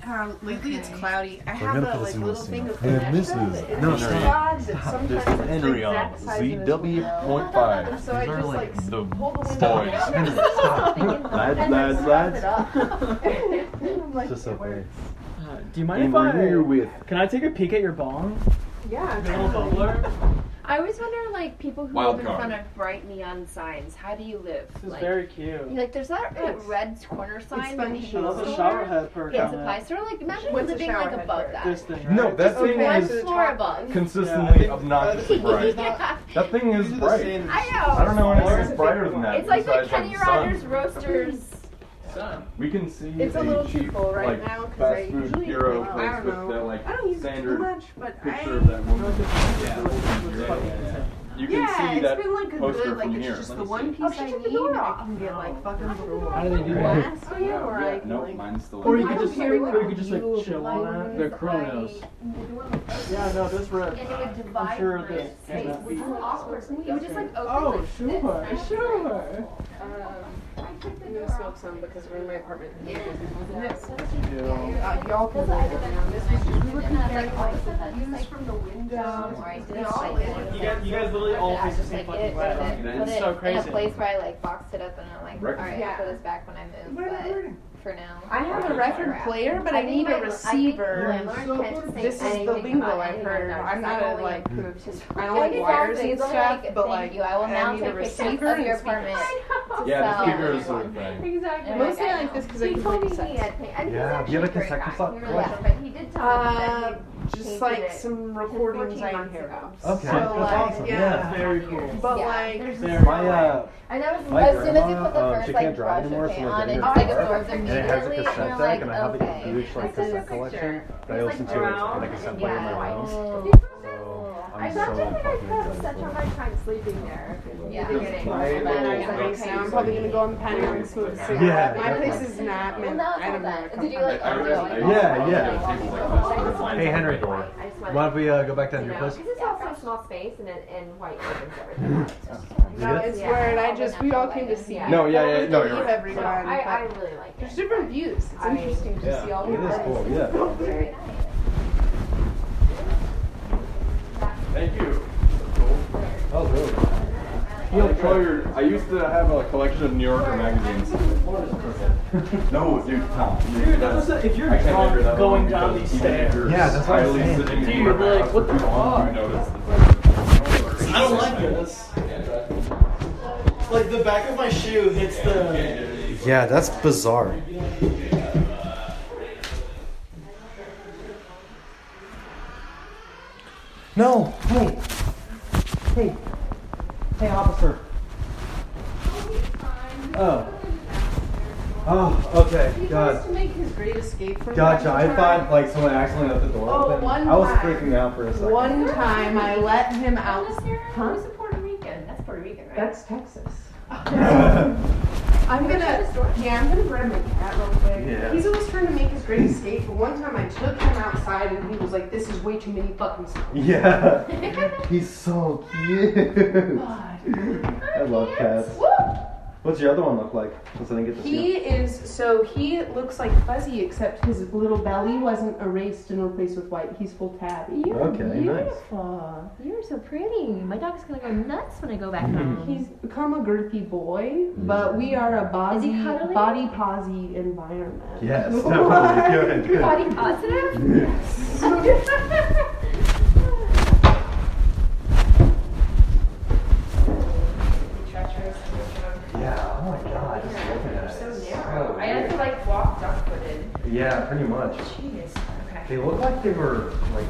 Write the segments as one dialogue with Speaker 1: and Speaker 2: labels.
Speaker 1: time. Lately, Um, it's
Speaker 2: Okay.
Speaker 1: cloudy. I
Speaker 3: We're
Speaker 1: have
Speaker 3: gonna
Speaker 1: a
Speaker 3: put this
Speaker 1: like
Speaker 3: in
Speaker 1: little
Speaker 3: soon.
Speaker 1: thing of
Speaker 3: And
Speaker 1: Flexo
Speaker 3: this is-
Speaker 1: that it
Speaker 3: no,
Speaker 1: makes
Speaker 3: no,
Speaker 4: no.
Speaker 1: rods that
Speaker 4: Stop.
Speaker 1: sometimes
Speaker 4: There's
Speaker 1: it's the
Speaker 4: Henry on
Speaker 1: exact size of his window.
Speaker 4: ZW.5.
Speaker 1: So I
Speaker 2: These are
Speaker 1: just
Speaker 2: like
Speaker 1: like s-
Speaker 4: the
Speaker 1: pull the window
Speaker 4: boys.
Speaker 1: down and
Speaker 2: Stop.
Speaker 4: Lads,
Speaker 1: then
Speaker 4: lads,
Speaker 1: wrap it
Speaker 4: lads.
Speaker 1: up. I'm like,
Speaker 3: Just so
Speaker 1: it
Speaker 3: funny.
Speaker 1: works.
Speaker 5: Uh, do you mind
Speaker 4: And
Speaker 5: if I?
Speaker 4: we're here with
Speaker 5: Can I take a peek at your bong?
Speaker 1: Yeah.
Speaker 5: Little
Speaker 1: totally.
Speaker 5: bubbler.
Speaker 2: I always wonder, like, people who
Speaker 4: Wild
Speaker 2: live in
Speaker 4: card.
Speaker 2: front of bright neon signs, how do you live?
Speaker 5: This is
Speaker 2: like,
Speaker 5: very cute.
Speaker 2: like, there's that, that
Speaker 1: Thanks.
Speaker 2: red corner sign.
Speaker 1: funny
Speaker 2: that
Speaker 1: she
Speaker 5: I
Speaker 1: loves
Speaker 5: love
Speaker 1: a
Speaker 5: the
Speaker 1: Store?
Speaker 5: shower head perk
Speaker 2: Kids
Speaker 5: on
Speaker 2: apply.
Speaker 5: it.
Speaker 2: Sort of like
Speaker 1: She
Speaker 2: imagine
Speaker 1: wants a
Speaker 2: living like
Speaker 1: shower head
Speaker 2: above
Speaker 1: perk.
Speaker 2: that.
Speaker 5: This thing.
Speaker 4: No,
Speaker 5: right?
Speaker 4: that
Speaker 5: Just
Speaker 4: thing
Speaker 5: like-
Speaker 2: One
Speaker 4: is-
Speaker 1: the
Speaker 2: floor
Speaker 1: top.
Speaker 2: above.
Speaker 4: consistently
Speaker 5: Yeah.
Speaker 4: obnoxiously bright.
Speaker 2: Yeah.
Speaker 4: That thing is bright. I
Speaker 2: I know.
Speaker 4: don't know
Speaker 5: Or-
Speaker 4: anything brighter than that.
Speaker 2: It's like the
Speaker 4: besides
Speaker 2: Kenny
Speaker 4: sun.
Speaker 2: Rogers roasters.
Speaker 4: We can see
Speaker 1: It's a
Speaker 4: the
Speaker 1: little too
Speaker 4: cheap,
Speaker 1: full right
Speaker 4: like,
Speaker 1: now 'cause I
Speaker 4: fast food
Speaker 1: usually-
Speaker 4: hero
Speaker 1: I
Speaker 4: place
Speaker 1: don't
Speaker 4: with
Speaker 1: know.
Speaker 4: the like
Speaker 1: I don't use it too
Speaker 4: standard
Speaker 1: much, but
Speaker 4: picture
Speaker 1: I-
Speaker 4: of that woman. You can
Speaker 1: Yeah,
Speaker 4: see that
Speaker 1: it's been like a
Speaker 4: poster
Speaker 1: good, like
Speaker 4: from
Speaker 1: it's
Speaker 4: here.
Speaker 1: just the one piece
Speaker 2: Oh, she
Speaker 1: I
Speaker 2: took
Speaker 1: need.
Speaker 2: the door
Speaker 1: I
Speaker 2: off.
Speaker 1: can get like fucking
Speaker 5: How do they do that?
Speaker 1: glass. Oh yeah, or I
Speaker 4: yeah,
Speaker 1: can
Speaker 4: no,
Speaker 1: like.
Speaker 4: mine's still.
Speaker 5: Or you
Speaker 1: I
Speaker 5: could
Speaker 1: don't
Speaker 5: just
Speaker 1: care
Speaker 5: like,
Speaker 1: what
Speaker 5: or you could just like
Speaker 1: you
Speaker 5: chill
Speaker 1: apply
Speaker 5: on
Speaker 1: with
Speaker 5: it.
Speaker 6: They're Kronos.
Speaker 5: Yeah, no, this rip.
Speaker 2: And it would
Speaker 5: I'm
Speaker 2: divide
Speaker 5: sure
Speaker 2: my
Speaker 5: this
Speaker 2: space,
Speaker 5: cannot
Speaker 2: which
Speaker 5: be.
Speaker 2: is awkward. It would just like open
Speaker 5: Oh,
Speaker 2: like this.
Speaker 5: sure, sure.
Speaker 1: Um, I'm gonna smoke some because we're in my apartment.
Speaker 2: Yeah.
Speaker 5: You do.
Speaker 1: Uh, y'all can go
Speaker 2: That's what I did.
Speaker 1: down. This was just we were
Speaker 2: And that's
Speaker 1: comparing
Speaker 2: like-
Speaker 1: like views from the window.
Speaker 2: Where I did
Speaker 1: They
Speaker 2: it
Speaker 1: all
Speaker 2: like
Speaker 1: live.
Speaker 2: this.
Speaker 5: You guys, you guys literally all
Speaker 2: I
Speaker 5: face the
Speaker 2: just
Speaker 5: same
Speaker 2: like
Speaker 5: fucking
Speaker 2: it, put
Speaker 5: way.
Speaker 2: it,
Speaker 4: That
Speaker 2: put
Speaker 4: is
Speaker 2: it
Speaker 5: so
Speaker 2: in
Speaker 5: crazy.
Speaker 2: a place where I like boxed it up and I'm like,
Speaker 4: Right.
Speaker 2: all right,
Speaker 1: Yeah.
Speaker 2: I'll put this back when I move.
Speaker 1: We're
Speaker 2: But
Speaker 1: recording.
Speaker 2: for now,
Speaker 1: I have a record player, but I
Speaker 2: think
Speaker 1: need
Speaker 2: my-
Speaker 1: a receiver.
Speaker 2: I think my landlord can't say
Speaker 1: This is the
Speaker 2: anything
Speaker 1: lingo
Speaker 2: about
Speaker 1: I've
Speaker 2: it.
Speaker 1: heard.
Speaker 2: I'm
Speaker 1: I'm
Speaker 2: just
Speaker 1: not
Speaker 2: like,
Speaker 1: a
Speaker 2: only
Speaker 1: like.
Speaker 2: improved his
Speaker 1: I don't like
Speaker 2: Exactly.
Speaker 1: wires and
Speaker 2: It's only
Speaker 1: stuff,
Speaker 2: like,
Speaker 1: but
Speaker 2: thank
Speaker 1: like
Speaker 2: you. I will now
Speaker 1: I need a
Speaker 2: take pictures
Speaker 1: receiver
Speaker 2: of
Speaker 1: and
Speaker 2: your
Speaker 1: it's fine.
Speaker 2: apartment.
Speaker 4: Yeah, the
Speaker 2: So-
Speaker 4: speaker is sort of thing.
Speaker 2: Exactly.
Speaker 1: Mostly I like this 'cause I
Speaker 2: he
Speaker 1: can
Speaker 2: told
Speaker 1: make
Speaker 2: me
Speaker 1: sense.
Speaker 2: he had pain. And
Speaker 3: Yeah,
Speaker 2: he's
Speaker 3: do you have a
Speaker 2: actually a great guy.
Speaker 3: consecutive
Speaker 2: He
Speaker 3: thought?
Speaker 2: really is, but he did tell me
Speaker 1: Uh,
Speaker 2: that he
Speaker 1: just like some recordings
Speaker 2: 14
Speaker 1: I
Speaker 2: months
Speaker 1: hear.
Speaker 2: ago.
Speaker 3: Okay,
Speaker 1: So,
Speaker 3: that's
Speaker 1: like,
Speaker 3: awesome.
Speaker 1: yeah.
Speaker 3: Yeah.
Speaker 5: Very cool.
Speaker 1: But
Speaker 2: Yeah,
Speaker 1: like,
Speaker 2: there's
Speaker 5: Very
Speaker 3: My uh,
Speaker 2: And that was
Speaker 3: My
Speaker 2: as soon as you
Speaker 3: grandma,
Speaker 2: put the
Speaker 3: um,
Speaker 2: first
Speaker 3: she
Speaker 2: like
Speaker 3: can't drive
Speaker 2: brush
Speaker 3: anymore,
Speaker 2: okay
Speaker 3: so, like,
Speaker 2: on
Speaker 3: I
Speaker 2: it, just
Speaker 3: need a
Speaker 2: like
Speaker 3: car,
Speaker 2: absorbs
Speaker 3: and
Speaker 2: immediately,
Speaker 3: it has a cassette
Speaker 2: and you're
Speaker 3: deck,
Speaker 2: like,
Speaker 3: and I have like
Speaker 2: okay.
Speaker 3: a huge like
Speaker 2: This is a
Speaker 3: cassette collection
Speaker 2: picture.
Speaker 3: that I
Speaker 2: It's
Speaker 3: listen
Speaker 2: like
Speaker 3: to
Speaker 2: brown
Speaker 3: as like a cassette player in my
Speaker 2: white.
Speaker 3: house.
Speaker 2: Oh.
Speaker 3: So
Speaker 1: I
Speaker 3: I'm so
Speaker 1: thought you think I
Speaker 3: fucking
Speaker 1: spent
Speaker 3: excited.
Speaker 1: such a hard time sleeping there.
Speaker 2: Yeah.
Speaker 1: Then I was like, okay, now I'm probably gonna go on Penny and smoke a cigarette.
Speaker 3: Yeah,
Speaker 1: My place
Speaker 3: exactly.
Speaker 1: is not
Speaker 2: Well,
Speaker 1: meant.
Speaker 2: now
Speaker 1: I
Speaker 2: it's all
Speaker 1: don't know.
Speaker 2: that. Did you like
Speaker 4: I- I
Speaker 2: undo
Speaker 4: really-
Speaker 2: it?
Speaker 3: Yeah, yeah.
Speaker 4: Tables like this.
Speaker 3: Hey
Speaker 2: I
Speaker 3: Henry, why
Speaker 2: just wanted
Speaker 3: don't
Speaker 2: to-
Speaker 3: we uh, go back down to your
Speaker 2: Because
Speaker 3: place?
Speaker 2: it's also a small space and, it- and white opens everything. up. It's just like-
Speaker 1: No,
Speaker 3: Yeah.
Speaker 1: it's
Speaker 2: Yeah.
Speaker 1: weird. I just we all came to see.
Speaker 2: Yeah.
Speaker 1: you.
Speaker 4: No, yeah,
Speaker 1: I
Speaker 4: yeah,
Speaker 1: don't
Speaker 4: no,
Speaker 1: believe
Speaker 4: you're right.
Speaker 1: everyone,
Speaker 2: I, I
Speaker 1: but
Speaker 2: really like
Speaker 1: There's
Speaker 2: it.
Speaker 1: different views. It's
Speaker 2: I-
Speaker 1: interesting to
Speaker 4: Yeah.
Speaker 1: see all
Speaker 3: It is cool, yeah.
Speaker 2: Very nice.
Speaker 4: Thank you.
Speaker 3: Oh, really?
Speaker 4: Like, prior- I used to have a collection of New Yorker magazines. No, dude, Tom.
Speaker 5: Dude, that was a- if you're
Speaker 4: I can't
Speaker 5: drunk
Speaker 4: remember that
Speaker 5: going
Speaker 4: one
Speaker 5: down
Speaker 4: because
Speaker 5: these
Speaker 4: even if
Speaker 5: stairs-
Speaker 4: you're
Speaker 3: Yeah, that's what I'm
Speaker 4: idly
Speaker 3: saying.
Speaker 4: sitting in
Speaker 5: Dude,
Speaker 4: your
Speaker 5: like,
Speaker 4: house
Speaker 5: what
Speaker 4: for
Speaker 5: the
Speaker 4: too long,
Speaker 5: fuck?
Speaker 4: You notice
Speaker 5: I don't like this. Like the back of my shoe hits the.
Speaker 3: Yeah, that's bizarre. No, hey, hey, hey, officer. Oh, oh, okay, God,
Speaker 1: make his great escape from.
Speaker 3: gotcha. I thought like someone accidentally left the door
Speaker 1: Oh,
Speaker 3: open.
Speaker 1: one
Speaker 3: I was
Speaker 1: time.
Speaker 3: freaking out for a second.
Speaker 1: One time I let him out.
Speaker 2: Huh? Who's a Puerto Rican? That's Puerto Rican, right?
Speaker 1: That's Texas. I'm gonna, yeah, I'm gonna grab my cat real quick.
Speaker 3: Yeah.
Speaker 1: He's always trying to make his great escape, but one time I took him outside and he was like, this is way too many fucking squirrels."
Speaker 3: yeah, he's so cute. I love cats. What's your other one look like? Since I didn't get to see
Speaker 1: He is, so he looks like Fuzzy, except his little belly wasn't erased and replaced with white. He's full tabby.
Speaker 3: You're Okay, nice.
Speaker 2: beautiful. You're so pretty. My dog's gonna go nuts when I go back home.
Speaker 1: He's become a girthy boy, but we are a body,
Speaker 2: Is he cuddly?
Speaker 1: body posy environment.
Speaker 3: Yes, definitely. Good, good.
Speaker 2: Body positive?
Speaker 3: Yes. Yeah. Oh my God. Just looking at it. It's so
Speaker 1: I had to
Speaker 3: weird.
Speaker 1: like walk duck footed.
Speaker 3: Yeah, pretty much.
Speaker 1: Jeez. Okay.
Speaker 3: They look like they were like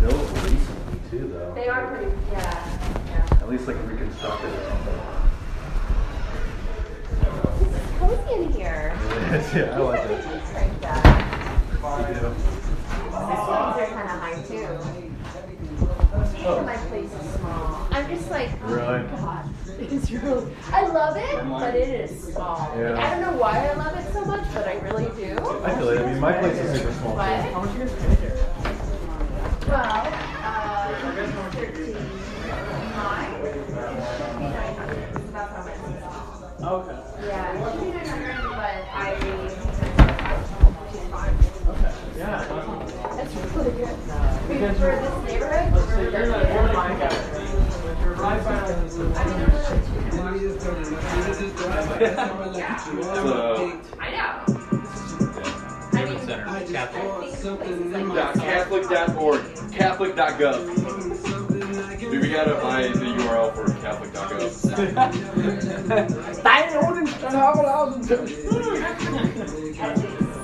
Speaker 3: built recently too, though.
Speaker 1: They are pretty, yeah.
Speaker 3: At least like reconstructed or something.
Speaker 2: It's cozy in here.
Speaker 3: yeah, I like
Speaker 2: It's
Speaker 3: it.
Speaker 2: like right back.
Speaker 3: You do.
Speaker 2: These are kind of high too. My place is small. I'm just like, oh
Speaker 3: Really?
Speaker 2: God, it is really. I love it, but it is small. Like, I don't know why I love it so much, but I really do.
Speaker 3: I feel it. I mean, my place is super small.
Speaker 2: But
Speaker 3: Too.
Speaker 2: how much Well, uh, thirteen. Mine. It should be nine hundred. It's about how much.
Speaker 5: Okay.
Speaker 2: Yeah, it should be nine hundred, but I. For this neighborhood, we're really
Speaker 5: I know. I mean,
Speaker 2: uh,
Speaker 4: Yeah, Catholic.org, Catholic.gov. Dude, we gotta find the URL for Catholic.gov.
Speaker 2: at least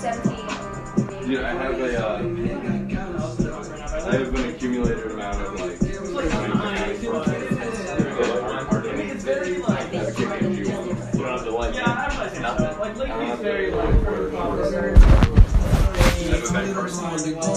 Speaker 2: 17.
Speaker 4: Dude, I have a, uh, I have an accumulated amount of like. money for money for-
Speaker 5: I mean, it's very like.
Speaker 4: I have a KPMG one.
Speaker 7: One of the ones.
Speaker 5: Yeah, I'm not saying nothing.
Speaker 4: I
Speaker 5: Like, Lincoln
Speaker 4: don't
Speaker 5: is
Speaker 4: have
Speaker 5: very
Speaker 4: the
Speaker 5: like.
Speaker 4: word for it. I have a bad person.